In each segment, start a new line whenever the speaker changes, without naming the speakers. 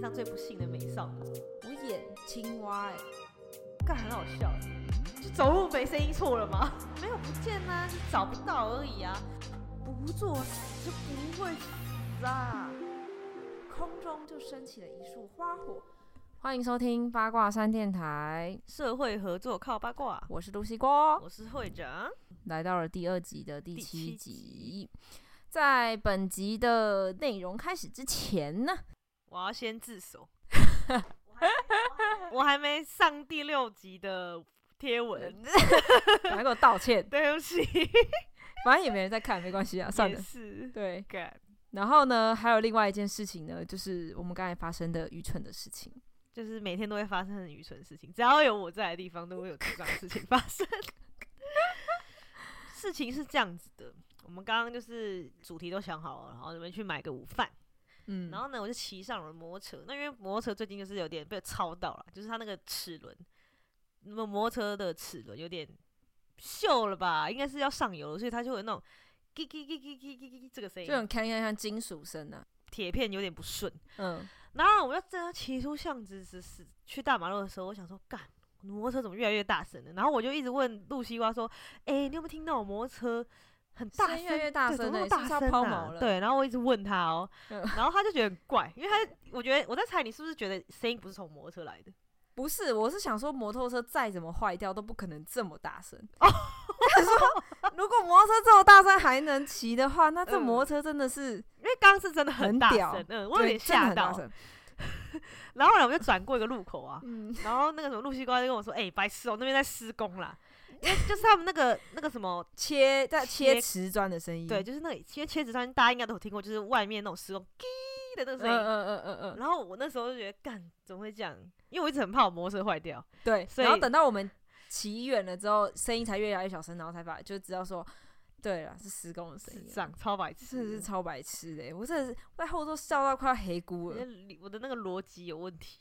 上最不幸的美少女，
我演青蛙哎、
干很好笑。嗯就走路没声音错了吗？ 没有不见啊，就找不到而已啊。
不作死就不会死啊！空中就升起了一束花火。欢迎收听八卦山电台，
社会合作靠八卦，
我是露西锅，
我是会长。
来到了第二集的第
第
七
七
集。在本集的内容开始之前 呢，
我要先自首。我还没上第六集的贴 文，。
赶快给我道歉
对不起，
反正也没人在看，没关系啊， 算
也
了。
是
对，
干，
然后呢，还有另外一件事情呢，就是我们刚才发生的愚蠢的事情。
就是每天都会发生很愚蠢的事情，只要有我在的地方，都会有这种事情发生。事情是这样子的，我们刚刚就是主题都想好了，然后你们去买个午饭。
嗯，
然后呢，我就骑上了摩托车。那因为摩托车最近就是有点被超到了，就是它那个齿轮，那么摩托车的齿轮有点锈了吧，应该是要上油了，所以它就会有那种叽叽叽叽叽叽叽这个声
就
音，
很看看像金属声啊。
铁片有点不顺。
嗯，
然后我就真的骑出巷子，是是去大马路的时候，我想说干。摩托车怎么越来越大声了？然后我就一直问露西瓜说：“哎、你有没有听到我摩托车很大
声
声？
音越来越大
对怎
声
么那
了
么大
是不是要
声
抛
啊
锚了
对，然后我一直问他哦，
嗯
然后他就觉得很怪，因为他我觉得我在猜你是不是觉得声音不是从摩托车来的？
不是，我是想说摩托车再怎么坏掉都不可能这么大声。 哦，他说如果摩托车这么大声还能骑的话，那这
嗯
摩托车真的是、
因为刚刚是真的
很
大
屌
声，嗯，我有
对
点
真的
吓
很大
到。
声。
然后后来我就转过一个路口啊，
嗯，
然后那个什么露西瓜就跟我说：“哎、白痴哦、那边在施工啦。”因为就是他们那个那个什么
切在切
切
瓷砖的声音。
对，就是那里，其实切纸上大家应该都有听过，就是外面那种施工“滴”的那个
嗯
声音。
嗯嗯嗯嗯嗯，
然后我那时候就觉得，干怎么会这样？因为我一直很怕我摩托车坏掉。
对。
所以
然后等到我们骑远了之后，声音才越来越小声，然后才把就知道说，对了，是施工的声
是
音
这。样，超白痴
真
的。
的是超白痴的欸，我真的是在后座笑到快要黑咕
我
了
的。理我的那个逻辑有问题，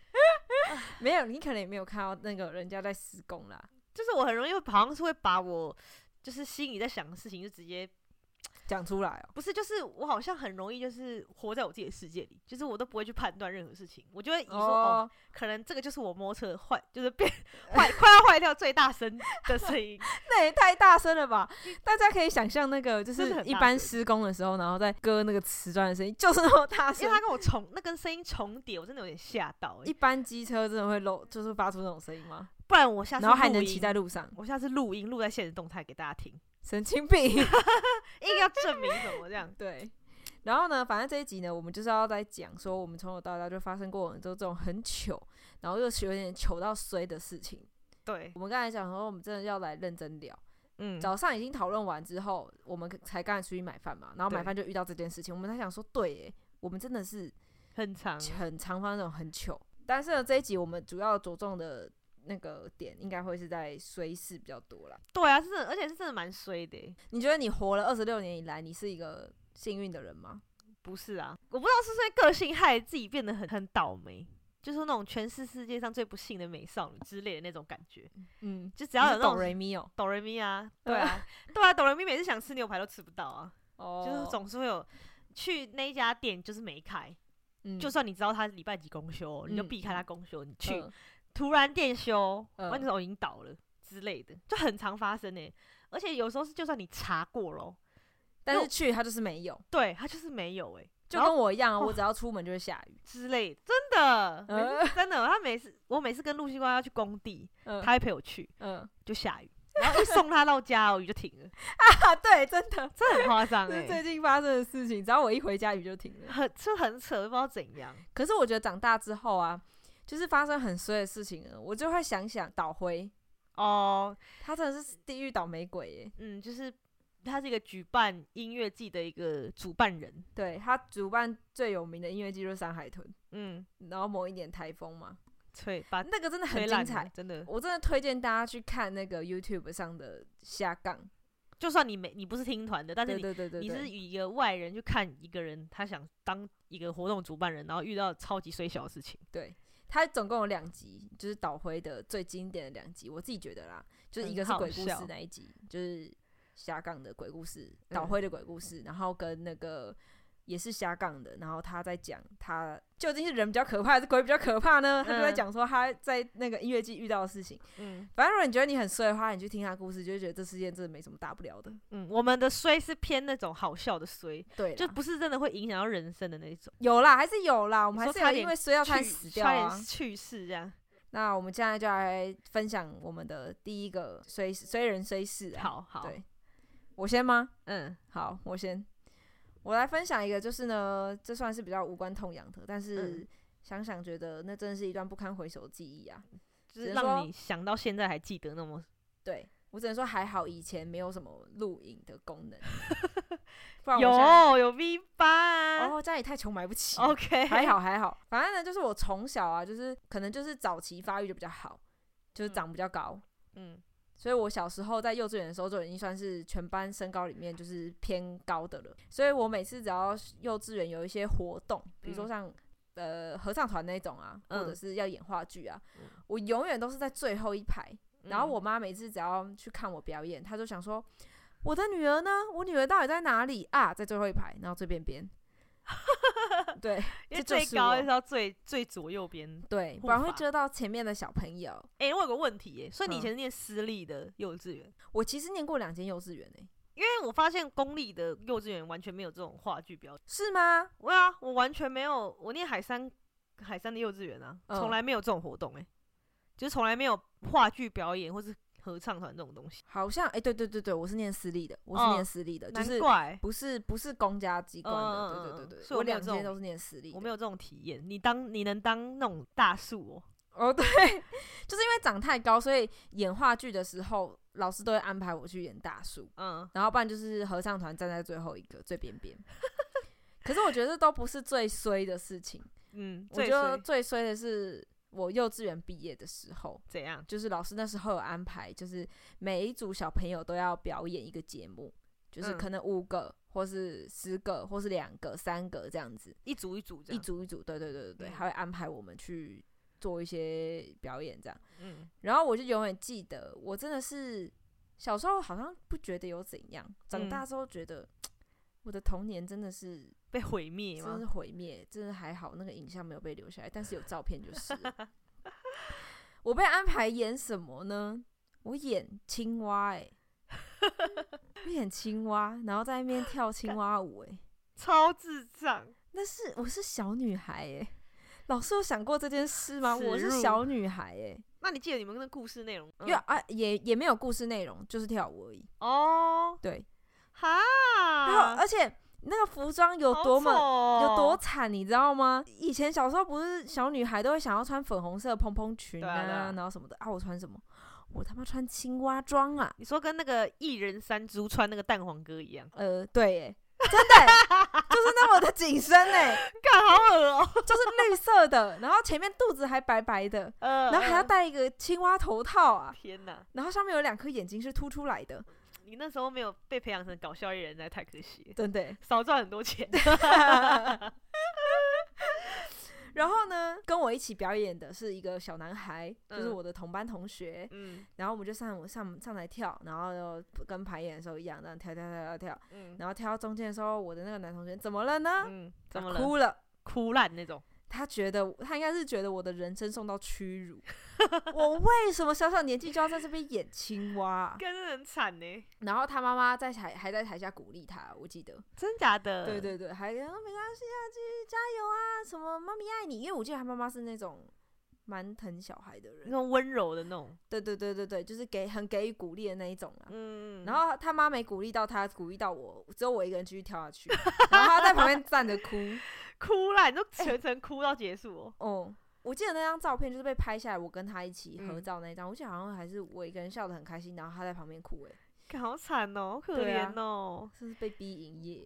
没有，你可能也没有看到那个人家在施工啦，
就是我很容易好像是会把我就是心里在想的事情就直接
讲出来哦。
不是，就是我好像很容易就是活在我自己的世界里，就是我都不会去判断任何事情，我就会以说哦
哦，
可能这个就是我摩托车坏，就是变 坏快要坏掉最大声的声音，
那也太大声了吧！大家可以想象那个，就
嗯真的
是
很
一
大
般
声
施工的时候，然后在割那个瓷砖的声音，就是那么大
因
声
为。它跟我重那跟声音重叠，我真的有点吓到、
一
欸，
般机车真的会漏，就是发出那种声音吗？
不然我下次
然后还
录
能
音
骑在路上，
我下次录音录在现实动态给大家听，
神 经病。。
硬要证明什么这样
对。然后呢，反正这一集呢，我们就是要在讲说，我们从小到大就发生过很多这种很糗，然后又是有点糗到衰的事情。
对，
我们刚才讲说，我们真的要来认真聊。
嗯，
早上已经讨论完之后，我们才刚才出去买饭嘛，然后买
对
饭就遇到这件事情，我们才想说，对耶，我们真的是
很长，
很常发生那种很糗。但是呢，这一集我们主要着重的那个点，应该会是在衰事比较多啦。
对啊，是真的，而且是真的蛮衰的欸、
你觉得你活了二十六年以来，你是一个幸运的人吗？
不是啊，我不知道是不是因为个性害自己变得很很倒霉，就是那种全是世界上最不幸的美少女之类的那种感觉。
嗯，
就只要有那
你是哆
种
瑞咪哦，
哆瑞咪啊，对 啊，对啊，哆瑞咪每次想吃牛排都吃不到啊，
哦
就是总是会有去那一家店就是没开，
嗯
就算你知道他礼拜几公休，你就
嗯
避开他公休，你去
嗯
突然店休，
嗯
完全是已经倒了之类的，就很常发生呢、欸而且有时候是就算你查过咯，
但是
就
去他就是没有，
对他就是没有哎、
就
然后
跟我一样啊，
哦
我只要出门就会下雨。
之类的，真的，每
嗯
次真的，他每次我每次跟陆西瓜要去工地，
嗯
他会陪我去，
嗯
就下雨，然后一送他到家哦，雨就停了，
啊，对，真的，
这很夸张
这是
哎，
最近发生的事情。只要我一回家，雨就停了。
很这很扯，不知道怎样，
可是我觉得长大之后啊，就是发生很衰的事情了，我就会想想倒灰，
哦，
他真的是地狱倒霉鬼耶。
嗯，就是他是一个举办音乐季的一个主办人，
对他主办最有名的音乐季就是山海豚，
嗯，
然后某一年台风嘛，啊
吹把
那个真的很
吹烂
精
了
彩。
真的，
我真的推荐大家去看那个 YouTube 上的下杠，
就算你没你不是听团的，但是
对
你。
对对对
你是
对，
以一个外人去看一个人，他想当一个活动主办人，然后遇到超级衰小的事情，
对，它总共有两集，就是倒灰的最经典的两集，我自己觉得啦，就是一
很
个是
好
鬼故
笑
事那一
嗯
集，就是下杠的鬼故事，倒灰的鬼故事，然后跟那个也是瞎杠的，然后他在讲他究竟是人比较可怕还是鬼比较可怕呢？他就在
嗯
讲说他在那个音乐季遇到的事情。
嗯
反正如果你觉得你很衰的话，你去听他故事，就会觉得这世界真的没什么大不了的。
嗯，我们的衰是偏那种好笑的衰，
对
就
就
不是真的会影响到人生的那种，
有啦，还是有啦，我们
你
还
说
是
差
有
点
因为衰到差点
去
死掉
差
啊
点。去世这样。
那我们现在就来分享我们的第一个衰衰人衰事啊。
好好，
对，我先吗？
嗯
好，我先，我来分享一个，就是呢，这算是比较无关痛痒的，但是
嗯
想想觉得那真的是一段不堪回首的记忆啊。
就是
只能
让
说
你想到现在还记得那么，
对我只能说还好以前没有什么录影的功 能，不然我现在
有有啊 V 八、
哦家里太穷买不起了
o k
还好还好，反正呢就是我从小啊，就是可能就是早期发育就比较好，就是
嗯
长比较高，
嗯
所以我小时候在幼稚园的时候就已经算是全班身高里面就是偏高的了。所以我每次只要幼稚园有一些活动，比如说像、呃合唱团那种啊，
嗯
或者是要演话剧啊，我永远都是在最后一排。
嗯
然后我妈每次只要去看我表演，她就想说。我的女儿呢？我女儿到底在哪里啊？在最后一排，然后最边边。对
因为
这就
最
是
高
我
是到最最左右边。
对，
护
不然会
法
遮到前面的小朋友。
哎、我有个问题耶、所以你以
嗯
前是念私立的幼稚园？
我其实念过两间幼稚园欸诶、
因为我发现公立的幼稚园完全没有这种话剧表演。
是吗？
对啊，我完全没有，我念海山海山的幼稚园啊，
嗯
从、来没有这种活动哎、就是从来没有话剧表演或是合唱团这种东西，
好像哎、对对对对，我是念私立的，我是
哦
念私立的，呃就
难
是
怪
不是不是公家机关的，
嗯嗯嗯
对对
嗯
对对，
所以
我
我没有这
两
种
间都是念私立的，
我没有这种体验。你当你能当那种大树哦、
哦，对， 就是因为长太高，所以演话剧的时候，老师都会安排我去演大树，
嗯，
然后不然就是合唱团站在最后一个最边 边。可是我觉得这都不是最衰的事情，
嗯，
我觉
最
得
衰
最衰的是我幼稚园毕业的时候，
怎样？
就是老师那时候有安排，就是每一组小朋友都要表演一个节目，就是
嗯
可能五个，或是十个，或是两个、三个这样子，
一组一组这
一
样，
组一组，对对对对对，
嗯
还会安排我们去做一些表演这样。
嗯，
然后我就永远记得，我真的是小时候好像不觉得有怎样，长
嗯
大之后觉得。我的童年真的是，
被毁灭
真的
吗
是？毁灭，真的还好，那个影像没有被留下来，但是有照片就是了。 我被安排演什么呢？我演青 蛙、欸，我演青蛙，然后在那边跳青蛙舞、欸，
超智障，
那是我是小女孩、欸，老师有想过这件事吗？
耻
我是
辱
小女孩、欸，
那你记得你们的故事内容？
因为
嗯
啊也也没有故事内容，就是跳舞而已。
哦，
对，
哈，
然后而且那个服装有
啊好
多么
丑哦
有多惨，你知道吗？以前小时候不是小女孩都会想要穿粉红色蓬蓬裙
对啊对啊
然后什么的啊，我穿什么？我他妈穿青蛙装啊！
你说跟那个一人山猪穿那个蛋黄哥一样，
呃，对、耶，真的耶、就是那么的紧身哎、
干好恶哦、
就是绿色的，然后前面肚子还白白的，
呃
然后还要戴一个青蛙头套啊，
天哪，
然后上面有两颗眼睛是凸出来的，
你那时候没有被培养成搞笑艺人，那太可惜了，
真的耶、
少赚很多钱。
然后呢，跟我一起表演的是一个小男孩，就是
嗯
我的同班同学，
嗯
然后我们就上上上来跳，然后就跟排演的时候一样，这样跳跳跳跳跳，
嗯
然后跳到中间的时候，我的那个男同学怎么了呢？
嗯，
他
怎么了？
哭了。
哭烂那种，
他觉得他应该是觉得我的人生受到屈辱， 我为什么小小年纪就要在这边演青蛙 啊？
真的很惨呢，
然后他妈妈在台还在台下鼓励他，我记得，
真假的？
对，对对，还跟他说没关系啊，继续加油啊，什么妈咪爱你，因为我记得他妈妈是那种蛮疼小孩的
那
人，
种温柔的那种，
对对对对对，就是给很给予鼓励的那一种啊。
嗯
然后他妈没鼓励到他，鼓励到我，只有我一个人继续跳下去，然后他在旁边站着 哭。
哭烂，都全程哭到结束哦。
哦，我记得那张照片就是被拍下来，我跟他一起合
嗯
照那一张，我记得好像还是我一个人笑得很开心，然后他在旁边哭、欸，哎，
干好惨哦，好可
对啊
怜哦！
这是被逼营业。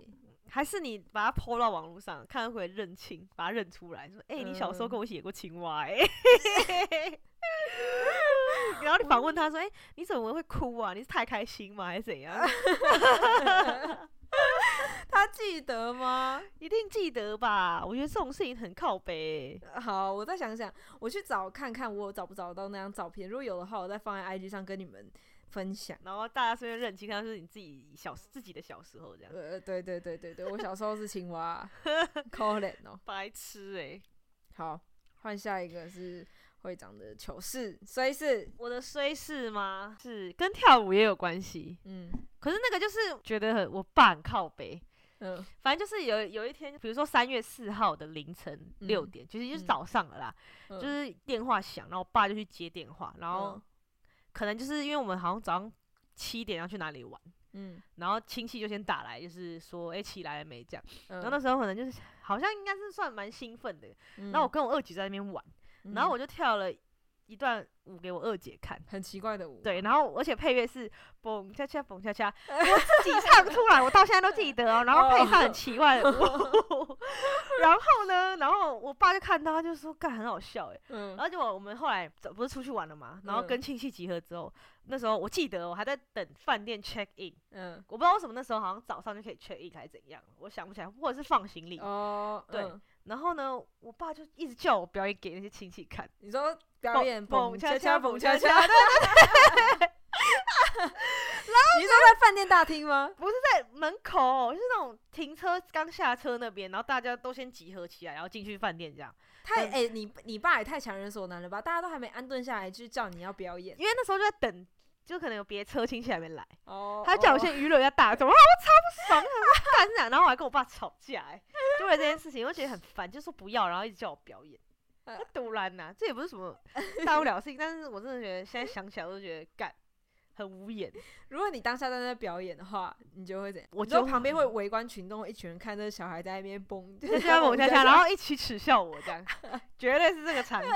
还是你把它抛到网络上，看会不会认亲，把它认出来，说：“哎、你小时候
嗯
跟我一起演过青蛙、 欸。然后你反问他说：“哎、你怎么会哭啊？你是太开心吗，还是怎样？
他记得吗？
一定记得吧？我觉得这种事情很靠 北、欸。
呃好，我再想想，我去找看看我找不找得到那张照片，如果有的话，我再放在 IG 上跟你们分享。
然后大家顺便认清他是你自己小自己的小时候这样，
呃，对对对对对，我小时候是青蛙，可怜哦。
白痴哎诶、
好，换下一个是会长的糗事，所以是
我的虽是吗？是跟跳舞也有关系，
嗯
可是那个就是觉得很我爸很靠北，
嗯
反正就是有有一天，比如说三月四号的凌晨
嗯
六点，其实就是
嗯
早上了啦，
嗯
就是电话响，然后我爸就去接电话，然后
嗯
可能就是因为我们好像早上七点要去哪里玩，
嗯，
然后亲戚就先打来，就是说哎、起来了没这样，
然
然后那时候可能就是好像应该是算蛮兴奋的，
嗯
然后我跟我二姐在那边玩，
嗯
然后我就跳了一段舞给我二姐看。
很奇怪的舞，
对，然后而且配乐是蹦恰恰蹦恰 恰，我自己唱出来，我到现在都记得哦。然后配上很奇怪的舞，
哦
然后呢，然后我爸就看到，他就说干很好笑哎。
嗯
然后结果我们后来走不是出去玩了嘛，然后
嗯
跟亲戚集合之后，那时候我记得我还在等饭店 check in，
嗯
我不知道为什么那时候好像早上就可以 check in 还是怎样，我想不起来，或者是放行李。
哦，
对
嗯
然后呢，我爸就一直叫我表演给那些亲戚看。
你说表演
蹦
蹦
恰
恰
恰
恰
蹦
蹦
恰恰
恰恰，对对对。你是说在饭店大厅吗？
门口，就是那种停车刚下车那边，然后大家都先集合起来，然后进去饭店这样。
太
嗯
哎、你你爸也太强人所难了吧？大家都还没安顿下来，就叫你要表演
因为那时候就在等，就可能有别车亲戚还没来，
哦
他叫我先娱乐一下大众，哇， 我超不爽，我想说干啥？然后我还跟我爸吵架、 欸，就为了这件事情，我就觉得很烦，就说不要，然后一直叫我表演。
呃
那突然呐、这也不是什 么大不了的事情，但是我真的觉得现在想起来，我就觉得干很无 言。
哦如果你当下在那表演的话，你就会怎样？
我
你知道
就
旁边会围观群众，一群人看这小孩在那边蹦，
就这样
蹦
猛 下下，然后一起耻笑我，这样绝对是这个场景，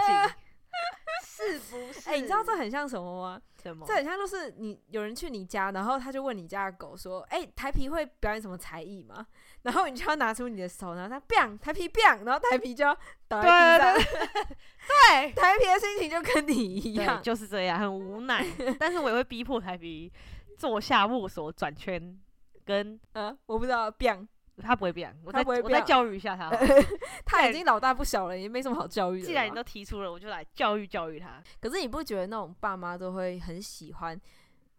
是不 是？
哎、你知道这很像什么吗？
什么
这？很像就是你有人去你家，然后他就问你家的狗说：“哎、台皮会表演什么才艺吗？”然后你就要拿出你的手，然后它 biang 台皮 biang，然后台皮就要倒在地上，
对对
台皮的心情就跟你一
对，
样，
就是这样，很无 奈。但是我也会逼迫台皮坐下握手转圈，跟
嗯，我不知道 biang，
他不会变，我再
他不会
我再
变
教育一下 他好了。
他
对
已经老大不小了，也没什么好教育的了吧。
既然你都提出了，我就来教育教育他。
可是你不觉得那种爸妈都会很喜欢，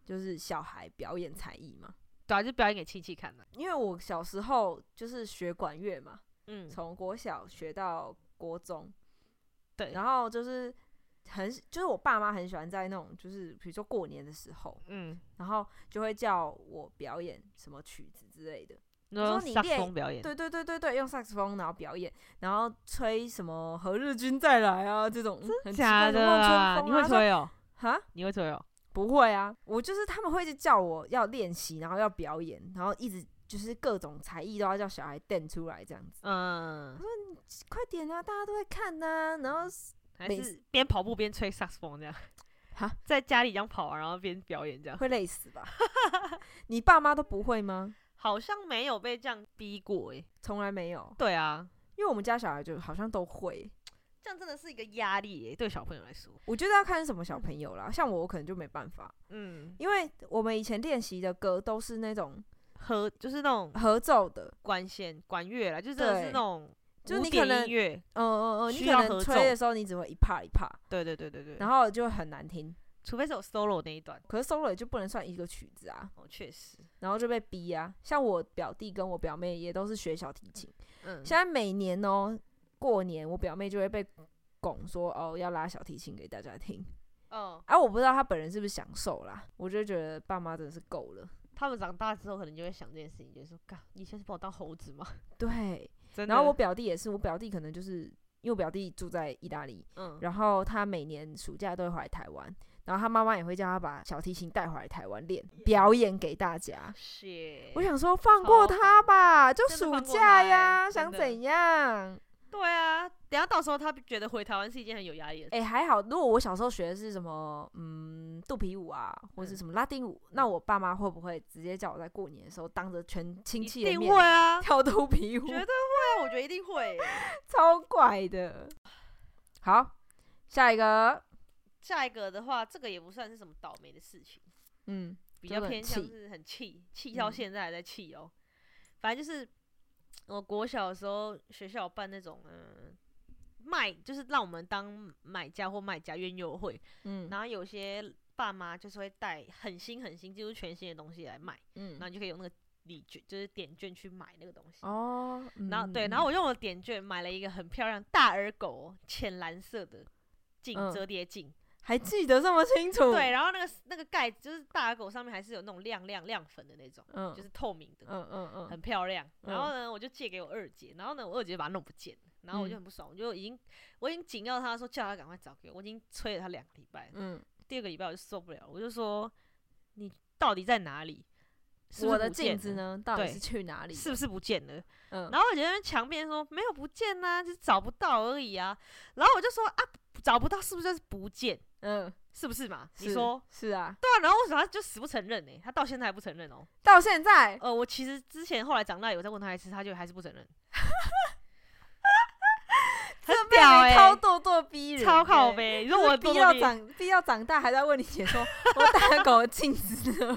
就是小孩表演才艺吗？
对啊，就表演给亲戚看嘛。
因为我小时候就是学管乐嘛，
嗯，
从国小学到国中，
对
然后就是很就是我爸妈很喜欢在那种就是比如说过年的时候，
嗯，
然后就会叫我表演什么曲子之类的。
你说
说你
萨克斯
练
风表演，
对对对对对，用萨克斯风然后表演，然后吹什么“何日君再来”啊这种，很奇
假
怪
的
的梦
啊？
春
你
风啊
会
说
吹哦？
哈？
你会吹哦？
不会啊，我就是他们会一直叫我要练习，然后要表演，然后一直就是各种才艺都要叫小孩练出来这样子。
嗯，
快点啊，大家都在看呐、然后是
还
每
是边跑步边吹萨克斯风这 样
哈？
在家里这样跑啊，然后边表演这样。
会累死吧？ 你爸妈都不会吗？
好像没有被这样逼过诶、欸
从来没有，
对啊，
因为我们家小孩就好像都会。
这样真的是一个压力耶、欸对小朋友来说。
我觉得要看什么小朋友啦，像我，我可能就没办法，
嗯，
因为我们以前练习的歌都是那种
和就是那种
合奏的，
管弦、管乐啦，就真的是
对
那种
就
古
你
典
可能
音乐。
嗯嗯嗯，你
需
可
要
能
合
吹
奏
的时候你只会一帕一帕，
对对对对对。
然后就会很难听。
除非是有 solo 那一段，
可是 solo 也就不能算一个曲子啊，
哦，确实，
然后就被逼啊。像我表弟跟我表妹也都是学小提琴，
嗯，
现在每年哦、过年我表妹就会被拱说哦要拉小提琴给大家听，
哦，
啊我不知道她本人是不是享受啦，我就觉得爸妈真的是够了，
他们长大之后可能就会想这件事情，就是说，嘎，以前是把我当猴子吗？
对。
真的。
然后我，表弟也是，我表弟可能就是因为我表弟住在意大利，
嗯，
然后他每年暑假都会回来台湾，然后他妈妈也会叫他把小提琴带回来台湾练表演给大家。
是，
我想说放过
超
他吧，就
真的
暑
放过他
假呀，
欸
想
真的
怎样？
对啊，等下到时候他觉得回台湾是一件很有压力的事，
哎、还好，如果我小时候学的是什么，嗯，肚皮舞啊，或是
嗯
什么拉丁舞，那我爸妈会不会直接叫我在过年的时候当着全亲
一
戚的
定
面
会啊，
跳肚皮舞
绝？对会啊，我觉得一定会耶。
超怪的。好，下一个，
下一个的话，这个也不算是什么倒霉的事情。
嗯，
比
就
较
是很
偏向
气
是很气，气到
嗯
现在还在气哦。反正就是我国小的时候，学校有办那种嗯、卖，就是让我们当买家或卖家园游会，
嗯
然后有些爸妈就是会带很新很新，几乎全新的东西来卖，
嗯
然后你就可以用那个礼券，就是点券去买那个东西。
哦，
然后对，
嗯
然后我用我的点券买了一个很漂亮大耳狗哦，浅蓝色的镜
嗯哦
折叠镜，
还记得这么清楚，
对，然后那个那个盖子就是大耳狗上面还是有那种亮亮亮粉的那种，
嗯，
就是透明的，
嗯嗯嗯，
很漂亮。
嗯
然后呢，我就借给我二姐，然后呢，我二姐就把它弄不见了，然后我就
嗯
很不爽，我就已经我已经警告她说叫她赶快找给我，我已经催了她两个礼拜了，
嗯，
第二个礼拜我就受不了，我就说你到底在哪里？是不
我
是
的
不见
镜子
了？
呢，到底
对
是去哪里？
是不是不见了？
嗯，
然后我就在那边墙边说没有不见呐、就是找不到而已啊。然后我就说啊，找不到是不是就是不见？
嗯，
是不是嘛？你
是
说
是啊，
对啊。然后为什么他就死不承认呢、他到现在还不承认哦。
到现在
呃，我其实之前后来长大有再问他一次，他就还是不 承认。很
这
屌
妹妹
欸
超咄咄逼人，欸
超靠。欸呗！你
就
说我
是
的咄
逼
咄
到
逼
长逼到长大，还在问你 姐说，我大狗的镜子呢？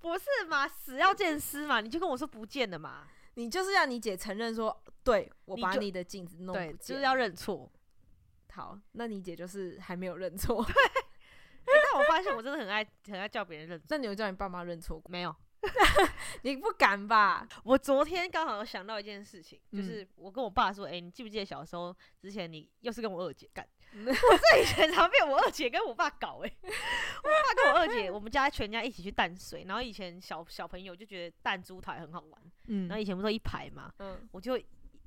不是嘛？死要见尸嘛？你就跟我说不见了嘛？
你就是让你姐承认说，对我
你
把
就
你的镜子 弄
对，
不
就
见
是
了，
要认错。
好，那你姐就是还没有认错，
但我发现我真的很爱很爱叫别人认错。
那你有叫你爸妈认错过？
没有，
你不敢吧？
我昨天刚好想到一件事情，就
嗯
是我跟我爸说：“哎、你记不记得小时候之前你又是跟我二姐 干？
嗯
我这以前常被我二姐跟我爸搞哎、 我爸跟我二姐，我们家全家一起去淡水，然后以前小小朋友就觉得弹珠台很好玩，
嗯
然后以前不是都一排嘛，
嗯
我就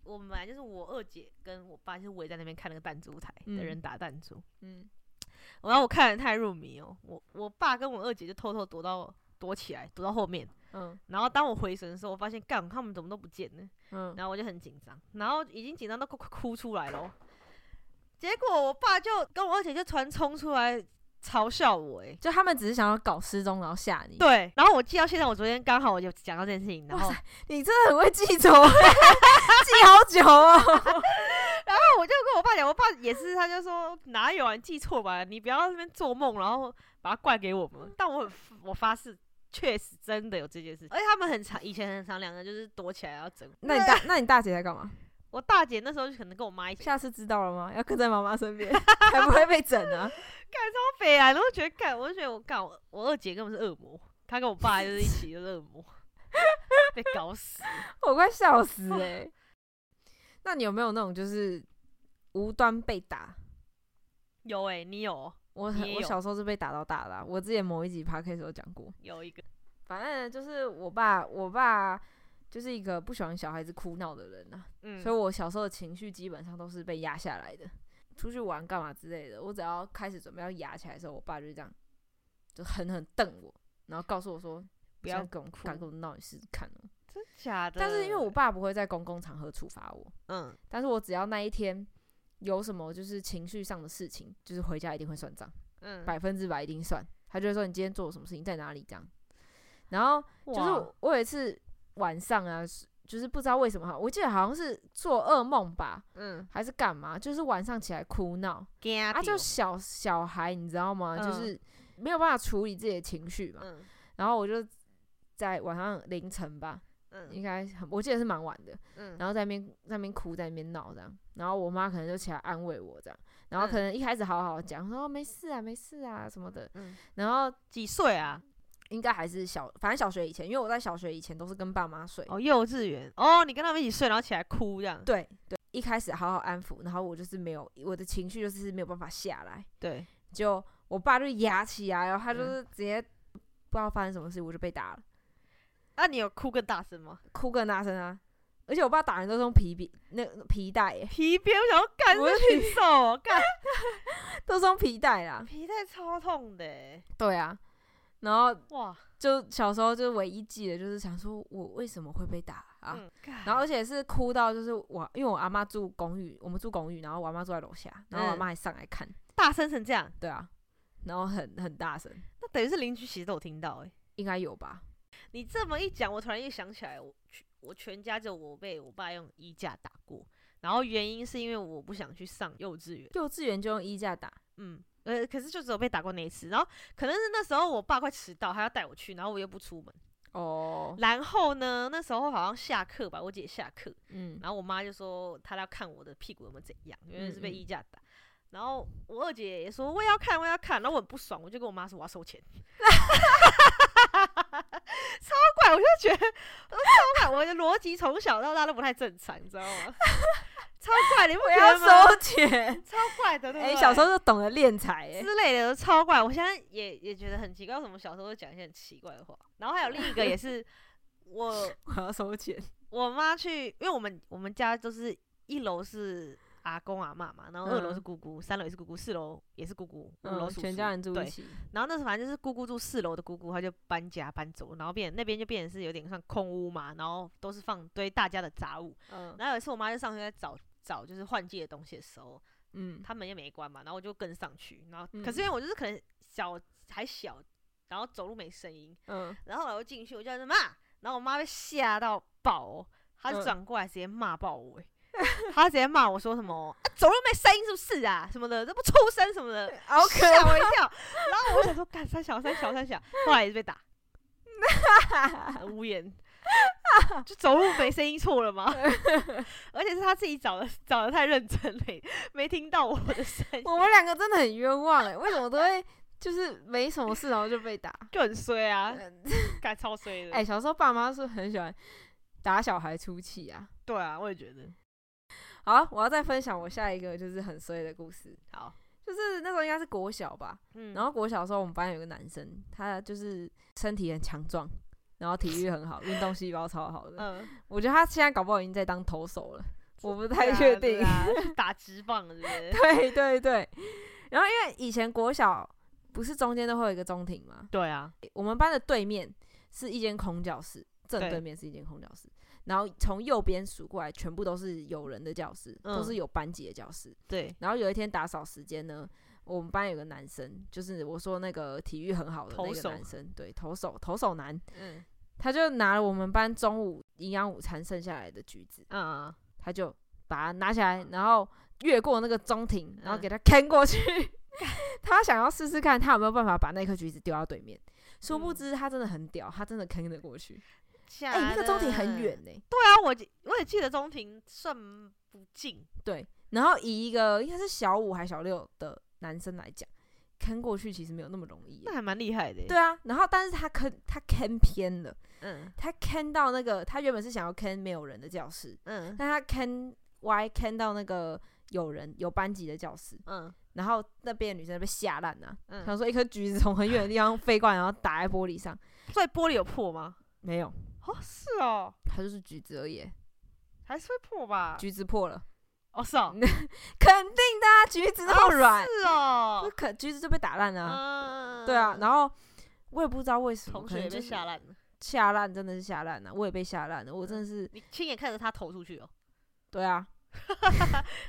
我们本来就是我二姐跟我爸就围在那边看那个弹珠台的人打弹珠，
嗯，
然后我看的太入迷哦，我我爸跟我二姐就偷偷躲到躲起来，躲到后面。
嗯
然后当我回神的时候，我发现干他们怎么都不见了，
嗯，
然后我就很紧张，然后已经紧张到快快哭出来了哦。结果我爸就跟我二姐就突然冲出来嘲笑我、欸，
就他们只是想要搞失踪，然后吓你。，
对。然后我记到现在，我昨天刚好我就讲到这件事情，然
哇
后
塞，你真的很会记仇，欸记好久哦。
我就跟我爸讲，我爸也是，他就说哪有啊，你记错吧，你不要在那边做梦，然后把它怪给我们。但我很我发誓，确实真的有这件事，而且他们很常以前很常两个人就是躲起来要整。
那你大那你大姐在干嘛？
我大姐那时候就可能跟我妈一起，
下次知道了吗？要跟在妈妈身 边，才不会被整啊。
北来，然后觉得干，我就觉得我干，我我二姐根本是恶魔，她跟我爸就是一起就是恶魔， 被搞死。
我快笑死哎、那你有没有那种就是无端被打？
有哎、你有
我
你
很
也
我
有
小时候是被打到大的啊、我之前某一集 p o d c a s 有讲过。
有一个
反正就是我爸，我爸就是一个不喜欢小孩子哭闹的人啊，
嗯，
所以我小时候的情绪基本上都是被压下来的。出去玩干嘛之类的，我只要开始准备要压起来的时候，我爸就这样就狠狠瞪我，然后告诉我说：“
不要
现在跟我
哭
敢跟我闹，你试试看哦。
真假”的，
但是因为我爸不会在公共场合处罚我，
嗯
但是我只要那一天有什么就是情绪上的事情，就是回家一定会算账。
嗯，
百分之百一定算。他就会说你今天做了什么事情，在哪里这样。然后就是
哇
我我有一次晚上啊，是就是不知道为什么哈，我记得好像是做噩梦吧，
嗯
还是干嘛，就是晚上起来哭闹。
惊
啊，就
到
小小孩你知道吗？
哦嗯
就是没有办法处理自己的情绪嘛。
嗯
然后我就在晚上凌晨吧，
嗯
应该很我记得是蛮晚的，
嗯，
然后在那边在那边哭，在那边闹这样，然后我妈可能就起来安慰我这样，然后
嗯
可能一开始好好讲说、哦没事啊没事啊什么的，
嗯
然后
几岁啊？
应该还是小，反正小学以前，因为我在小学以前都是跟爸妈睡。
哦，幼稚园哦，你跟他们一起睡，然后起来哭这样。
对对，一开始好好安抚，然后我就是没有我的情绪就是没有办法下来，
对，
就我爸就压起来，然后他就
嗯
是直接、不知道发生什么事，我就被打了，
那、啊你有哭更大声吗？
哭更大声啊！而且我爸打人都是用皮鞭，那皮带耶，
皮鞭，我想要干
我
这
去
禽兽，干
都是用 皮带啦。
皮带超痛的欸，
对啊，然后
哇
就小时候就唯一记得就是想说我为什么会被打啊？
嗯，干
然后而且是哭到就是我，因为我阿妈住公寓，我们住公寓，然后我阿妈住在楼下，然后我阿
嗯
妈还上来看。
大声成这样，
对啊，然后很很大声，
那等于是邻居其实都有听到哎。
应该有吧？
你这么一讲，我突然又想起来，我全我全家只有我被我爸用衣架打过，然后原因是因为我不想去上幼稚园，
幼稚园就用衣架打，
嗯，呃，可是就只有被打过那一次，然后可能是那时候我爸快迟到，他要带我去，然后我又不出门，
哦，
然后呢，那时候好像下课吧，我姐下课，
嗯
然后我妈就说她要看我的屁股有没有怎样，因为是被
嗯嗯
衣架打。然后我二姐也说我也要看，我也要看，然后我很不爽，我就跟我妈说我要收钱， 超怪，我就觉得我超怪，我的逻辑从小到大都不太正常，你知道吗？ 超怪，你不
我
觉
要
得吗？
收 钱。
超怪的，对不
哎、
对？
小时候就懂得敛财、哎，
之类的超怪，我现在也也觉得很奇怪，为什么小时候会讲一些很奇怪的话？然后还有另一个也是 我
我要收 钱。
我妈去，因为我们我们家就是一楼是阿公阿嬷嘛，然后二楼是
嗯
姑姑，三楼也是姑姑，四楼也是姑姑，五楼
嗯，
叔叔
全家人住
对
一起，
然后那时候反正就是姑姑住四楼的姑姑，她就搬家搬走，然后变那边就变成是有点像空屋嘛，然后都是放堆大家的杂物。
嗯
然后有一次我妈就上去在找找就是换季的东西的时候，
嗯，
他门也没关嘛，然后我就跟上去，然后、
嗯
可是因为我就是可能小还小，然后走路没声音，
嗯，
然后后来我进去我就在那骂，然后我妈被吓到爆、哦，她就
嗯
转过来直接骂爆我、欸她直接骂我说什么、啊、走路没声音是不是啊什么的，这不出声什么的，
好 可
吓我一跳。然后我想说，干三小三小三小，后来也是被 打，很无言。就走路没声音错了吗？ 而且是他自己找的，找的太认真了，没听到我的声音，
我们两个真的很冤枉哎、为什么都会就是没什么事然后就 被打？
就很衰啊，
嗯
干超衰的。
哎、小时候爸妈是很喜欢打小孩出气啊。
对啊，我也觉得。
好，我要再分享我下一个就是很衰的故事，
好，
就是那时候应该是国小吧，
嗯，
然后国小的时候我们班有个男生，他就是身体很强壮，然后体育很好，运动细胞超好的。
嗯，
我觉得他现在搞不好已经在当投手了， 我不太
对啊
确定。
对啊 去打直棒是不是？
对对对，然后因为以前国小不是中间都会有一个中庭吗？
对啊，
我们班的对面是一间空教室，正
对
对面是一间空教室，然后从右边数过来，全部都是有人的教室，
嗯
都是有班级的教室。
对，
然后有一天打扫时间呢，我们班有个男生，就是我说那个体育很好的那
投手
个男生，对，投手投手男，
嗯
他就拿了我们班中午营养午餐剩下来的橘子，
嗯，
他就把它拿起来，然后越过那个中庭，然后
嗯
给他看过去。 他想要试试看，他有没有办法把那颗橘子丢到对面。殊不
嗯
知他真的很屌，他真的坑得过去。
哎
哎、那个中庭很远呢、
对啊，我记我也记得中庭算不近，
对，然后以一个应该是小五还小六的男生来讲，坑过去其实没有那么容易欸、
那还蛮厉害的。
对，啊，然后但是他坑他坑偏了，
嗯
他坑到那个他原本是想要坑没有人的教室，
嗯
但他坑歪坑到那个有人有班级的教室，
嗯
然后那边的女生被吓烂了，
嗯，
想说一颗橘子从很远的地方飞过来，然后打在玻璃上，
所以玻璃有破吗？
没有，
哦，是哦，
它就是橘子而已欸，
还是会破吧？
橘子破了，
哦，是哦，
肯定的啊、橘子那么软，
是哦
那，可橘子就被打烂了啊、
嗯，
对啊，，然后我也不知道为什么，
同
可
学
能
也
就
被
是
吓烂嗯了，
吓烂，真的是吓烂了，我也被吓烂了，我真的是，
你亲眼看着他投出去哦，
对啊，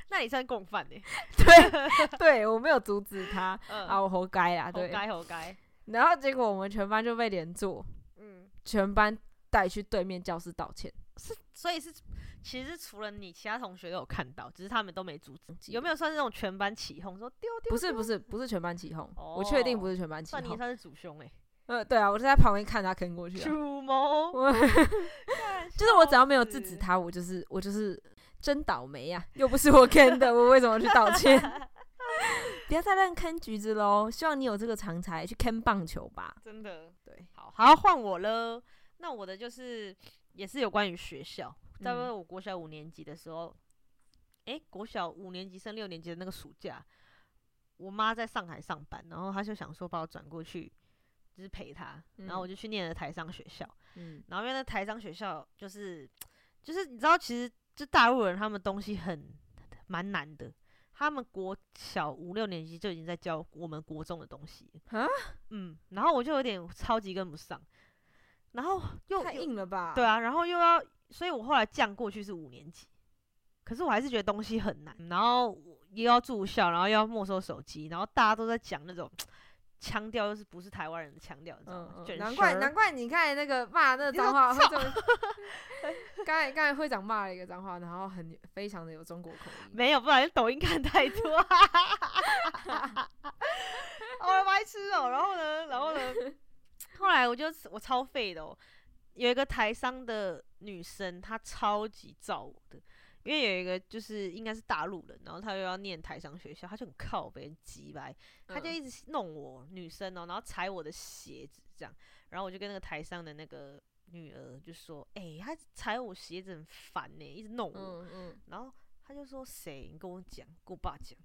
那你算共犯欸呢？
对对，我没有阻止他啊，
嗯，
我活该啦，
活
对。
该活该，
然后结果我们全班就被连坐，
嗯，
全班带去对面教室道歉。
所以是其实除了你，其他同学都有看到，只是他们都没阻止。嗯有没有算是那种全班起哄说丢丢？
不是不是不是全班起哄，我确定
哦
不是全班起
算你也
哄。
算是主凶 哎，
呃，对啊，我就在旁边看他坑过去、啊，
主谋。
我
干
就是我只要没有
笑
制止
死
他，我就是我就是真倒霉呀、又不是我坑的，我为什么去 道歉？不要再乱坑橘子喽！希望你有这个常才去坑棒球吧。
真的
对，
好，好换我了。那我的就是也是有关于学校，大概
嗯
我国小五年级的时候，诶，国小五年级升六年级的那个暑假，我妈在上海上班，然后她就想说把我转过去，就是陪她，然后我
嗯
就去念了台商学校。
嗯
然后因为那台商学校就是就是你知道，其实就大陆人他们东西很蛮难的，他们国小五六年级就已经在教我们国中的东西
啊，
嗯，然后我就有点超级跟不上，然后又
太
又
硬了吧？
对，啊，然后又要，所以我后来降过去是五年级，可是我还是觉得东西很难，然后我又要住校，然后又要没收手机，然后大家都在讲那种腔调，又是不是台湾人的腔调，你知道吗？
嗯嗯，
卷
难
舌
怪
儿
难怪你看那个骂那个
你说
脏话会 这么。刚才刚才会长骂了一个脏话，然后很非常的有中国口音。
没有，不然抖音看太多。哦我的白痴哦、然后呢，然后呢，后来我就我超废的哦、有一个台商的女生，她超级照我的，因为有一个就是应该是大陆人，然后他又要念台商学校，他就很靠别人挤白，他就
嗯
一直弄我女生哦，然后踩我的鞋子这样，然后我就跟那个台商的那个女儿就说，哎、他踩我鞋子很烦呢、一直弄我，
嗯嗯
然后他就说谁，你跟我讲，跟我爸讲，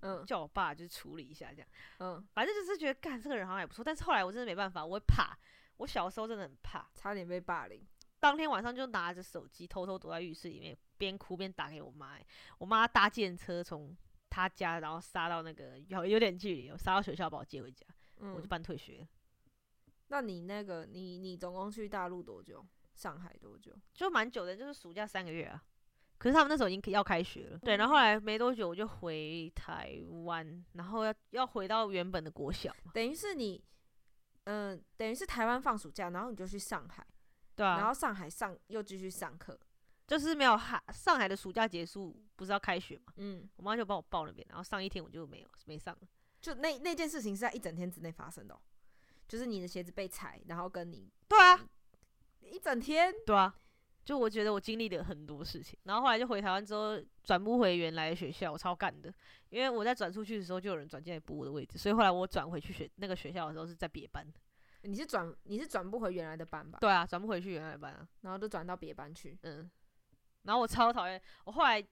嗯
叫我爸就是处理一下这样。
嗯，
反正就是觉得干这个人好像也不错，但是后来我真的没办法，我会怕。我小时候真的很怕，
差点被霸凌。
当天晚上就拿着手机偷偷躲在浴室里面，边哭边打给我妈欸、我妈搭电车从她家，然后杀到那个有有点距离哦，杀到学校把我接回家，我就
嗯，
办退学了，
那你那个你你总共去大陆多久？上海多久？
就蛮久的，就是暑假三个月啊。可是他们那时候已经可以要开学
嗯
了，对。然后后来没多久我就回台湾，然后要要回到原本的国小嘛，
等于是你，嗯、等于是台湾放暑假，然后你就去上海，
对啊。
然后上海上又继续上课。
就是没有海上海的暑假结束，不是要开学嘛？
嗯，
我妈就帮我报那边，然后上一天我就没有没上了。
就那那件事情是在一整天之内发生的、哦，就是你的鞋子被踩，然后跟你
对啊，
一整天。
对啊，就我觉得我经历了很多事情，然后后来就回台湾之后转不回原来的学校，我超干的，因为我在转出去的时候就有人转进来补我的位置，所以后来我转回去学那个学校的时候是在别班。
你是转你是转不回原来的班吧？
对啊，转不回去原来的班啊，
然后就转到别班去。
嗯，然后我超讨厌，我后来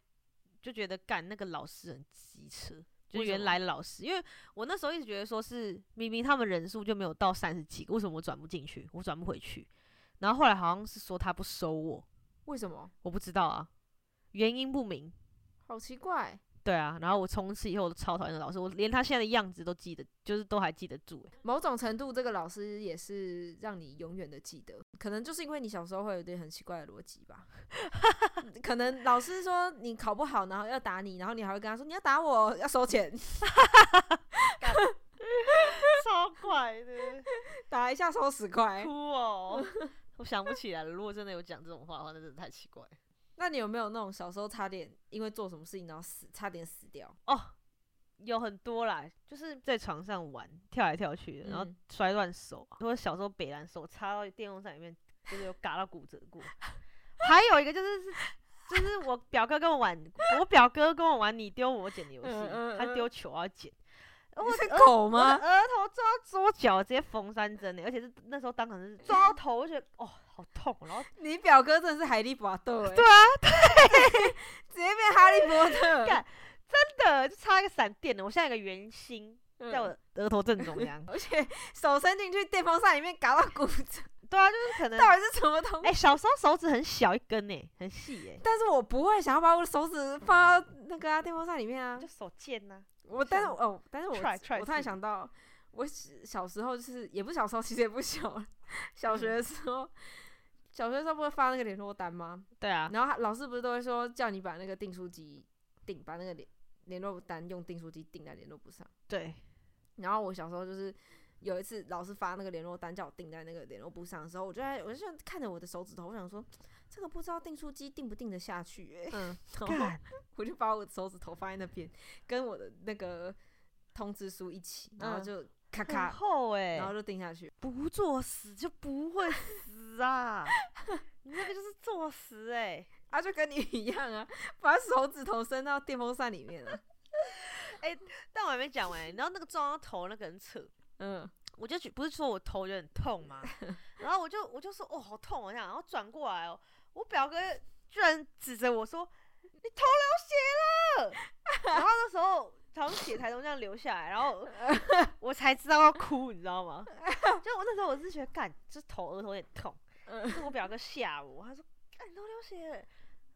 就觉得干那个老师很机车。就
为
是
什
原
么
来的老师，因为我那时候一直觉得说是明明他们人数就没有到三十几个，为什么我转不进去，我转不回去？然后后来好像是说他不收我，
为什么？
我不知道啊，原因不明。
好奇怪。
对啊，然后我从此以后我都超讨厌那老师，我连他现在的样子都记得，就是都还记得住、欸。
某种程度，这个老师也是让你永远的记得，可能就是因为你小时候会有点很奇怪的逻辑吧。 可能老师说你考不好，然后要打你，然后你还会跟他说你要打我，要收钱，
超怪 的，
打一下收十块
哭。哦！ 我想不起来了，如果真的有讲这种话的话，那真的太奇怪了。
那你有没有那种小时候差点因为做什么事情然后死，差点死掉？
哦，有很多啦，就是在床上玩，跳来跳去的，然后
嗯
摔断手、啊，或者小时候北兰手插到电风扇里面，就是有嘎到骨折过。 还有一个就是是。就是我表哥跟我玩，我表哥跟我玩你丢我捡的游戏，
嗯嗯
他
嗯
丢球我要捡，
你是
我
狗
的
吗？
额头撞到桌角，直接缝三针呢，而且是那时候当场是抓到头，我就觉得哦好痛，然后
你表哥真的是海利波特、欸，
对
啊，对， 直接变哈利波特
干。真的就差一个闪电了，我现在有个圆心
嗯
在我的额头正中 央，
而且手伸进去电风扇里面搞到骨折，
对啊，就是可能
到底是什么东西？
哎、小时候手指很小一根呢、很细哎、
但是我不会想要把我的手指放到那个、啊、电风扇里面啊
就。手贱呐、
我但是
想
哦，但是我
try- try
我突然
试
想到，我小小时候就是也不是小时候，其实也不小了，小学的时候。小学的时候不会发那个联络单吗？
对啊，
然后他老师不是都会说叫你把那个订书机订，把那个联联络单用订书机订在联络簿上。
对，
然后我小时候就是有一次老师发那个联络单叫我订在那个联络簿上的时候，我就在我就看着我的手指头，我想说这个不知道订书机订不订得下去、欸，
嗯，
然后
干，
我就把我的手指头放在那边，跟我的那个通知书一起，然后
嗯
就咔
很
咔，
厚哎、
然后就定下去。
不作死就不会死啊，你那个就是作死哎、
啊，就跟你一样啊，把手指头伸到电风扇里面 了。
但我还没讲完、然后那个撞到头那个很扯，
嗯，
我就觉不是说我头有点痛吗？ 然后我就我就说哦好痛哦这样，然后转过来哦，我表哥居然指着我说你头流血了， 然后那时候好像血才从这样流下来，然后 我才知道要哭，你知道吗？就我那时候我是觉得干这头额头有点痛，
嗯
是我表哥吓我，他说干你头流血了。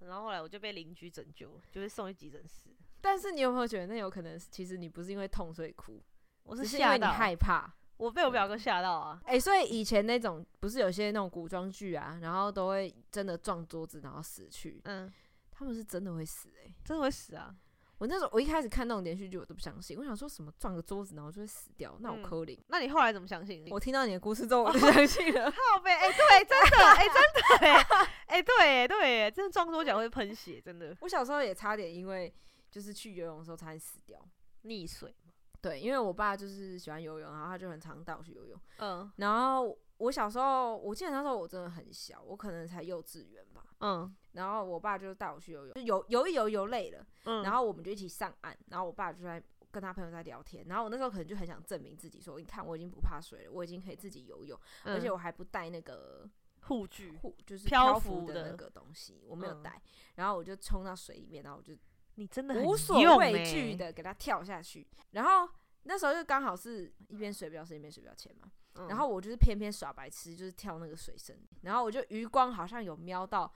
然后后来我就被邻居拯救，就是送去急诊室。
但是你有没有觉得那有可能是，其实你不是因为痛所以哭，
我
只是因
吓
为你
到，啊
害怕。
我被我表哥吓到啊！
哎、所以以前那种不是有些那种古装剧啊，然后都会真的撞桌子然后死去，
嗯，
他们是真的会死哎、
真的会死啊！
我那时候我一开始看那种连续剧我都不相信，我想说什么撞个桌子然后就会死掉，那
嗯
我柯林。
那你后来怎么相信？
我听到你的故事之后， 我就相信了。
靠背，哎、对，真的，哎、真的、哎，哎，对，对，真的撞桌脚会喷血，真的
我小时候也差点因为就是去游泳的时候差点死掉。
溺水。
对，因为我爸就是喜欢游泳，然后他就很常带我去游泳。
嗯
然后我小时候，我记得那时候我真的很小，我可能才幼稚园吧。
嗯
然后我爸就带我去游泳，就游游一游游累了，
嗯，
然后我们就一起上岸，然后我爸就在跟他朋友在聊天，然后我那时候可能就很想证明自己，说你看我已经不怕水了，我已经可以自己游泳，而且
嗯
我还不带那个
护具，
护，就是
漂
漂
浮
浮的
的
那个东西，我没有
嗯
带，然后我就冲到水里面，然后我就
你真的很
无所
用
畏
欸
惧，的给他跳下去，然后那时候就刚好是一边水表深一边水表浅嘛，
嗯
然后我就是偏偏耍白痴，就是跳那个水深，然后我就余光好像有瞄到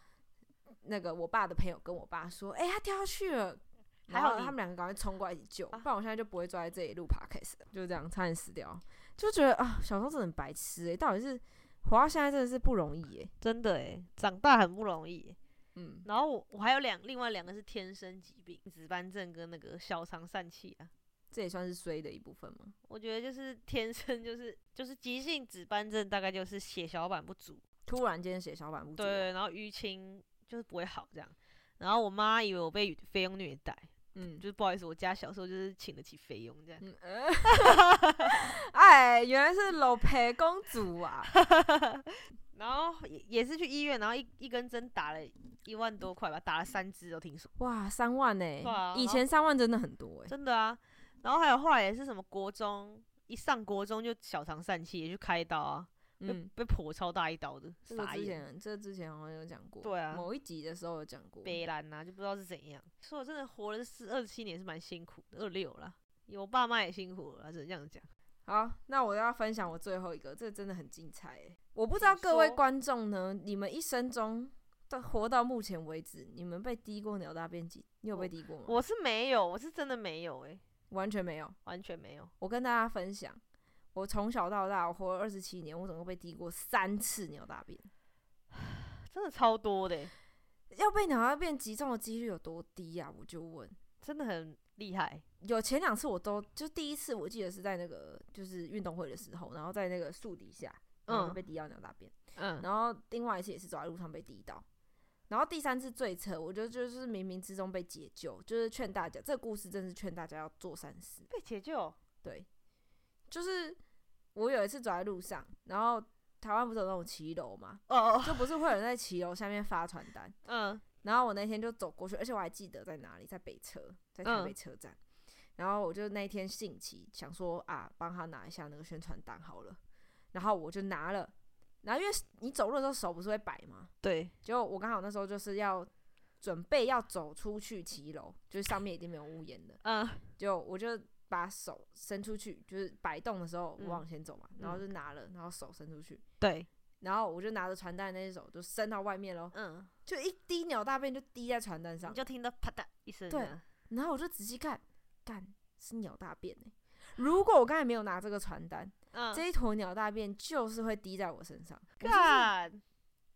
那个我爸的朋友跟我爸说，哎、他跳下去了。
还
然
好
后
你
他们两个赶快冲过来一起救，
啊
不然我现在就不会坐在这里录 podcast 了。就这样，差点死掉，就觉得啊，小时候真的很白痴诶、欸到底是活到现在真的是不容易诶、
真的哎、长大很不容易欸、
嗯，
然后我我还有两另外两个是天生疾病，紫斑症跟那个小肠疝气啊。
这也算是衰的一部分吗？
我觉得就是天生就是 就是急性紫斑症，大概就是血小板不足，
突然间血小板不足，啊哦
对，然后淤青就是不会好这样。然后我妈以为我被菲佣虐待，
嗯
就，是不好意思，我家小时候就是请得起菲佣这样。
嗯， 呃哎，原来是老裴公主啊！
嗯 然后也也是去医院，然后一一根针打了一万多块吧，打了三支都听说。
哇，三万呢、
对啊
以前三万真的很多哎、
真的啊。然后还有后来也是什么国中，一上国中就小肠疝气，也去开刀啊，被
嗯，
被剖超大一刀的，
这个
傻
之
眼。
前这个之前好像有讲过，
对啊
某一集的时候有讲过。
北兰啊呐、就不知道是怎样。所以我真的活了四二十七年是蛮辛苦的，二六啦，有爸妈也辛苦了啦，只能这样讲。
好，那我要分享我最后一个，这真的很精彩哎、我不知道
请
各位
说
观众呢，你们一生中到活到目前为止，你们被滴过鸟大便几？你有被滴过吗？
我是没有，我是真的没有诶、欸
完全没有。
完全没有。
我跟大家分享，我从小到大，我活了二十七年，我总共被滴过三次鸟大便。
真的超多的欸、
要被鸟大便击中的几率有多低呀、我就问。
真的很厉害。
有前两次我都就第一次我记得是在那个就是运动会的时候，然后在那个树底下，然后就
嗯
被滴到鸟大便。
嗯，
然后另外一次也是走在路上被滴到。然后第三次最扯，我觉得就是冥冥之中被解救，就是劝大家，这个故事真是劝大家要做善事。
被解救，哦
对，就是我有一次走在路上，然后台湾不是有那种骑楼嘛，
哦，
就不是会有人在骑楼下面发传单。
嗯
然后我那天就走过去，而且我还记得在哪里，在北车，在台
嗯
北车站。然后我就那一天兴起，想说啊，帮他拿一下那个宣传单好了。然后我就拿了，然后因为你走路的时候手不是会摆吗？
对，
结果我刚好那时候就是要准备要走出去骑楼，就是上面已经没有屋檐了。
嗯
就我就把手伸出去，就是摆动的时候我
嗯
往前走嘛，然后
嗯
就拿了，然后手伸出去，
对，
然后我就拿着传单的那一手就伸到外面咯，
嗯，
就一滴鸟大便就滴在传单上
你，就听到啪嗒一声这
对
样，
然后我就仔细看，干是鸟大便欸如果我刚才没有拿这个传单，
嗯，
这一坨鸟大便就是会滴在我身上。我就是
干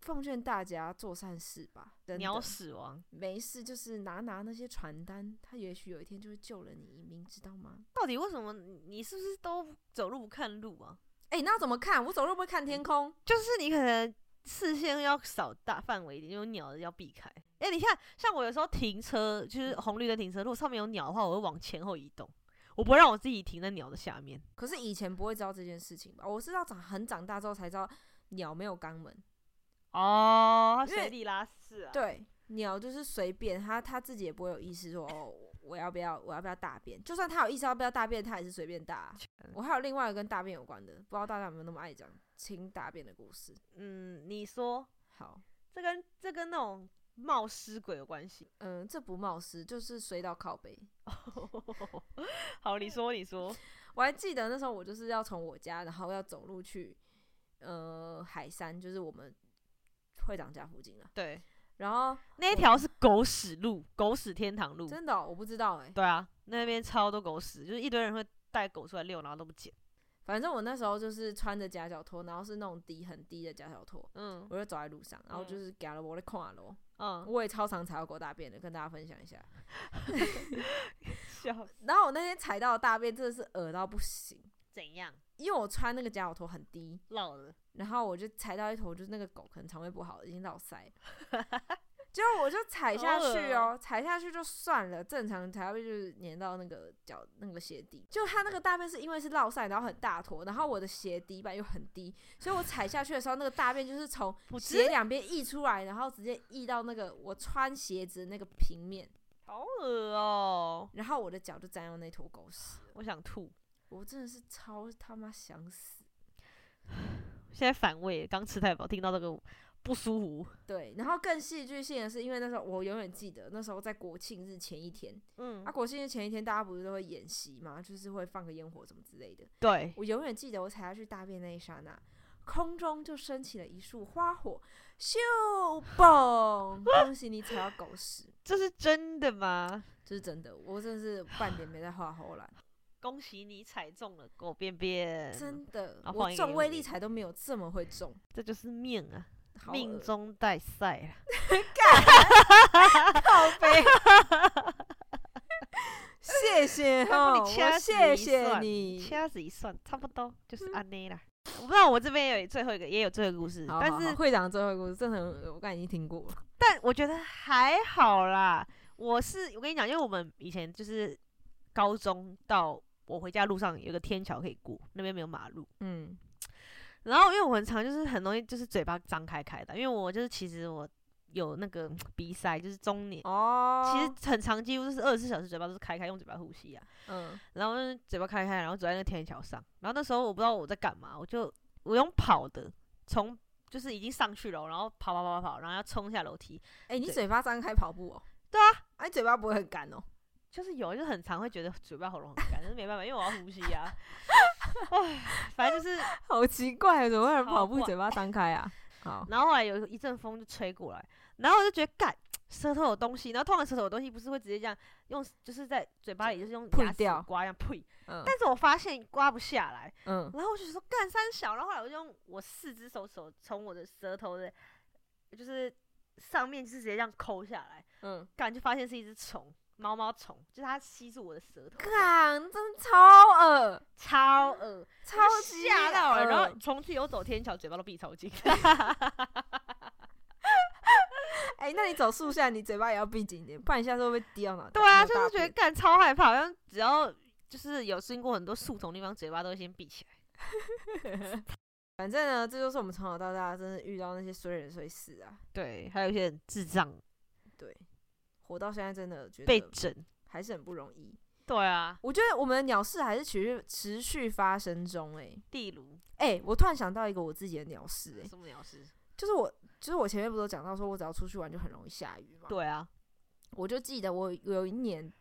奉劝大家做善事吧，真
鸟
的
死亡，
没事就是拿拿那些传单，它也许有一天就会救了你一命，知道吗？
到底为什么你你是不是都走路不看路啊？
哎、那要怎么看？我走路不会看天空？
就是你可能视线要扫大范围一点，有鸟的要避开。哎、你看，像我有时候停车，就是红绿灯停车，如果上面有鸟的话，我会往前后移动，我不会让我自己停在鸟的下面。
可是以前不会知道这件事情吧？我是到长很长大之后才知道，鸟没有肛门，
哦，它
因为
水里拉屎啊？，
对，鸟就是随便，它它自己也不会有意识说哦，我要不要我要不要大便？就算它有意识要不要大便，它也是随便大啊、我还有另外一个跟大便有关的，不知道大家有没有那么爱讲清大便的故事？
嗯，你说
好，
这跟这跟那种冒失鬼有关系？
嗯，这不冒失，就是衰到靠背。
好，你说，你说，
我还记得那时候我就是要从我家，然后要走路去呃海山，就是我们会长家附近啊。
对，
然后
那一条是狗屎路，狗屎天堂路。
真的哦、我不知道哎、
对啊，那边超多狗屎，就是一堆人会带狗出来遛，然后都不捡。
反正我那时候就是穿着夹脚拖，然后是那种低很低的夹脚拖，
嗯
我就走在路上，然后
嗯
就是给了我的跨楼，
嗯，
我也超常踩到狗大便的，跟大家分享一下。
笑死
然后我那天踩到的大便真的是恶到不行，
怎样？
因为我穿那个夹脚拖很低，
老了。
然后我就踩到一头，就是那个狗可能肠胃不好，已经落塞了。 结果我就踩下去
好
哦，踩下去就算了，正常才会就是粘到那个脚那个鞋底。就它那个大便是因为是落晒，然后很大坨，然后我的鞋底板又很低，所以我踩下去的时候，那个大便就是从
不知
鞋两边溢出来，然后直接溢到那个我穿鞋子的那个平面，
好恶哦、
然后我的脚就沾到那坨狗屎了。
我想吐。
我真的是超他妈想死。
现在反胃，刚吃太饱，听到这个不舒服。
对，然后更戏剧性的是，因为那时候我永远记得，那时候在国庆日前一天，
嗯
啊，，国庆日前一天大家不是都会演习嘛，就是会放个烟火什么之类的。
对，
我永远记得我踩下去大便那一刹那，空中就升起了一束花火，咻嘣！ 恭喜你踩到狗屎，
这是真的吗？
这是真的，我真的是半点没在画 后来，
恭喜你踩中了狗便便，
真的
啊，换
我
一个
中威
给
力
你
踩都没有这么会中，
这就是命啊，
好
命
恶
中带赛啊。
靠背。谢谢
还
哈，
不
哎我
你掐死
谢
一
谢
算
你。嗯
掐指一算，差不多就是安内啦。我不知道我这边有最后一个，也有最后一个故事，
好
但
好好
是
会长的最后一个故事真的很，我刚才已经听过了。
但我觉得还好啦。我是我跟你讲，因为我们以前就是高中到我回家路上有一个天桥可以过，那边没有马路。
嗯，
然后因为我很常就是很容易就是嘴巴张开开的，因为我就是其实我有那个鼻塞，就是中年，
哦，
其实很长几乎就是二十四小时嘴巴都是开开，用嘴巴呼吸啊。
嗯，
然后就是嘴巴开开，然后走在那个天桥上。然后那时候我不知道我在干嘛，我就我用跑的，从就是已经上去了，然后跑跑跑跑跑，然后要冲下楼梯，
哎、你
对
嘴巴张开跑步哦？
对啊，
哎、你嘴巴不会很干 哦？
就是有就是很常会觉得嘴巴喉咙很干，但是没办法，因为我要呼吸 啊。唉，反正就是，
好奇怪，怎么会有人
超
跑步
怪哦
嘴巴张开啊？好，
然后后来有一阵风就吹过来，然后我就觉得干。舌头有东西，然后通常舌头有东西不是会直接这样用，就是在嘴巴里就是用
呸
牙齿
掉
刮这样呸，
嗯
但是我发现刮不下来，
嗯，
然后我就说干三小，然后后来我就用我四只手手从我的舌头的，就是上面就是直接这样抠下来，
嗯，
感就发现是一只虫，毛毛虫，就是它吸住我的舌头，
干，真的超恶，
超恶，
超
我就
级
吓到了。
恶
然后从此以后走天桥，嘴巴都闭超紧，
哎、那你走树下，你嘴巴也要闭紧一点，不然一下子会被滴到脑袋。
对啊，
脑
就
大
是觉得
便
干超害怕，好像只要就是有经过很多树丛的地方，嘴巴都会先闭起来。
反正呢，这就是我们从小到大真的遇到那些衰人衰事啊。
对，还有一些人智障
对，活到现在真的觉
被
得
整，
还是很不容易。
对啊，
我觉得我们的鸟事还是持续持续发生中、
例如
哎、哎、我突然想到一个我自己的鸟事、哎，
什么鸟事？
就是我，就是我前面不是有讲到说，我只要出去玩就很容易下雨嘛。，
对啊，
我就记得我有一年，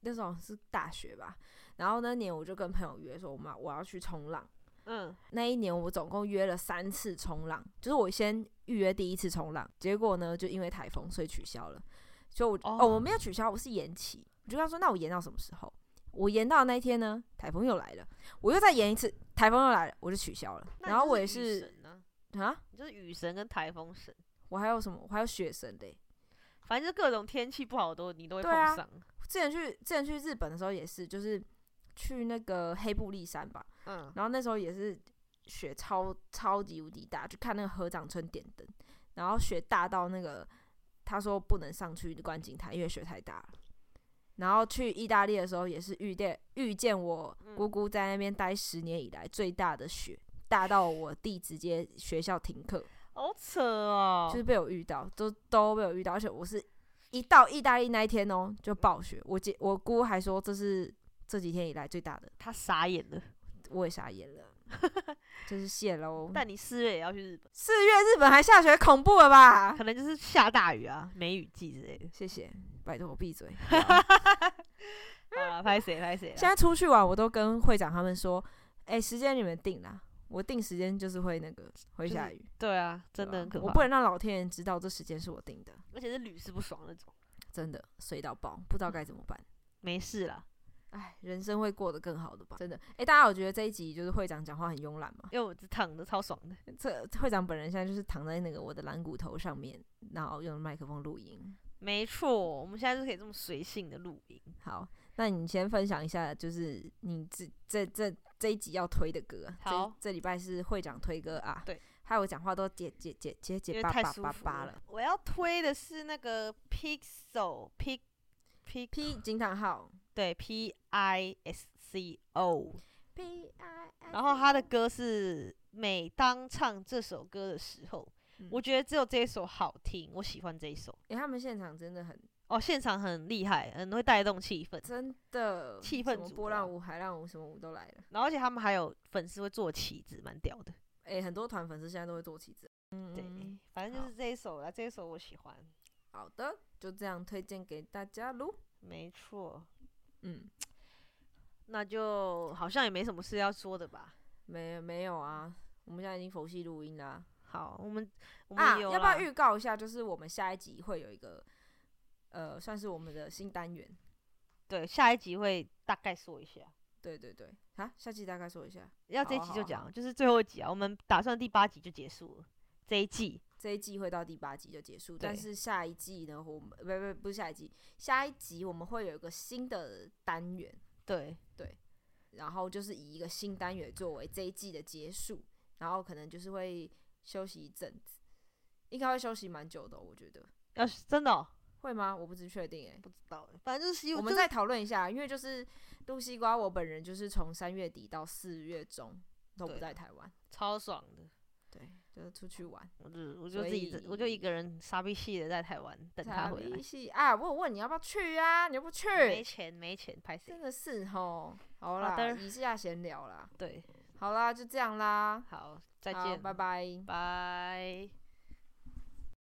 那时候是大学吧，然后那年我就跟朋友约说，我们我要去冲浪。
嗯，
那一年我总共约了三次冲浪，就是我先预约第一次冲浪，结果呢就因为台风所以取消了，所以我哦
哦
我没有取消，我是延期。我就跟他说，那我延到什么时候？我延到的那一天呢，台风又来了，我又再延一次，台风又来了，我就取消了。
那你
然后
就
我也
雨
是
神啊
啊，
你就是雨神跟台风神，
我还有什么？我还有雪神嘞、
反正就各种天气不好都你都会
对
碰
啊
上。
之前去之前去日本的时候也是，就是去那个黑布利山吧，
嗯，
然后那时候也是雪超超级无敌大，去看那个合掌村点灯，然后雪大到那个他说不能上去观景台，因为雪太大了。然后去意大利的时候也是遇见遇见我姑姑在那边待十年以来最大的雪，大到我弟直接学校停课，
好扯哦，
就是被我遇到，都都被我遇到，而且我是一到意大利那一天哦就暴雪，我姐我姑还说这是这几天以来最大的，
他傻眼了。
我也 傻眼了，就是谢喽。
但你四月也要去日本，
四月日本还下雪，恐怖了吧？
可能就是下大雨啊，梅雨季之类的。
谢谢，拜托我闭 嘴。
啊好啦，拍谁拍谁
现
啦。
在出去玩，我都跟会长他们说，哎、时间你们定啦，我定时间就是会那个会下雨，
对啊，真
对
的很
吧
可怕。
我不能让老天爷知道这时间是我定的，
而且是屡试不爽那种。
真的水到爆，不知
嗯
道该怎么办。
没事啦，
哎，人生会过得更好的吧？真的。哎、大家有觉得这一集就是会长讲话很慵懒吗？
因为我只躺着超爽 的。
这会长本人现在就是躺在那个我的蓝骨头上面，然后用麦克风录音。
没错，我们现在就可以这么随性的录音。
好，那你先分享一下，就是你这这这这一集要推的歌啊。这
好
这礼拜是会长推歌啊。
对，
害我讲话都结结结结
因
结
为
巴
太
巴
舒
巴
服
巴了
了。。我要推的是那个 Pixel P P
P 惊叹号
对 P I S C O，
P I，
然后他的歌是每当唱这首歌的时候，
嗯
我觉得只有这一首好听，我喜欢这一首。
哎，他们现场真的很
哦，现场很厉害，很会带动气氛，
真的
气
什
氛
么
组
波
的啊
浪舞、海浪舞什么舞都来了。
然后而且他们还有粉丝会做旗子，蛮屌的。
哎，很多团粉丝现在都会做旗子。嗯，
对
嗯，嗯
反正就
好
是这一首啦，这一首我喜欢。
好的，就这样推荐给大家喽。
没错，
嗯，
那就好像也没什么事要说的吧。
没没有啊，我们现在已经佛系录音啦。
好，我们我
啊，
们有
要不要
啦
预告一下？就是我们下一集会有一个，呃，算是我们的新单元。
对下一集会大概说一下。
对对对，啊，下期大概说一下，
要
好
这一
啊
集
好
就
啊好
讲，
啊
就是最后一集啊，我们打算第八集就结束了，这一季
这一季会到第八集就结束，但
对
是下一季呢，我们不不不是下一季，下一集我们会有一个新的单元，
对
然后就是以一个新单元作为这一季的结束，然后可能就是会休息一阵子，应该会休息蛮久的哦、我觉得
要是真的哦、
会吗？我不是确定哎、
不知道，欸反正就是希
我
望
们
就是
再讨论一下，因为就是露西瓜，我本人就是从三月底到四月中都不
对啊
在台湾，
超爽的，
对，就是出去玩。
我就我就
所
自己我就一
以
个人傻逼气的在台湾等他回来
傻逼，戏啊！我有问你要不要去啊，你又不去，
没钱没钱拍谁
真？的是吼。好啦，
好的
以下闲聊啦，
对，
好啦，就这样啦，
好，再
好
见，
拜拜。
拜。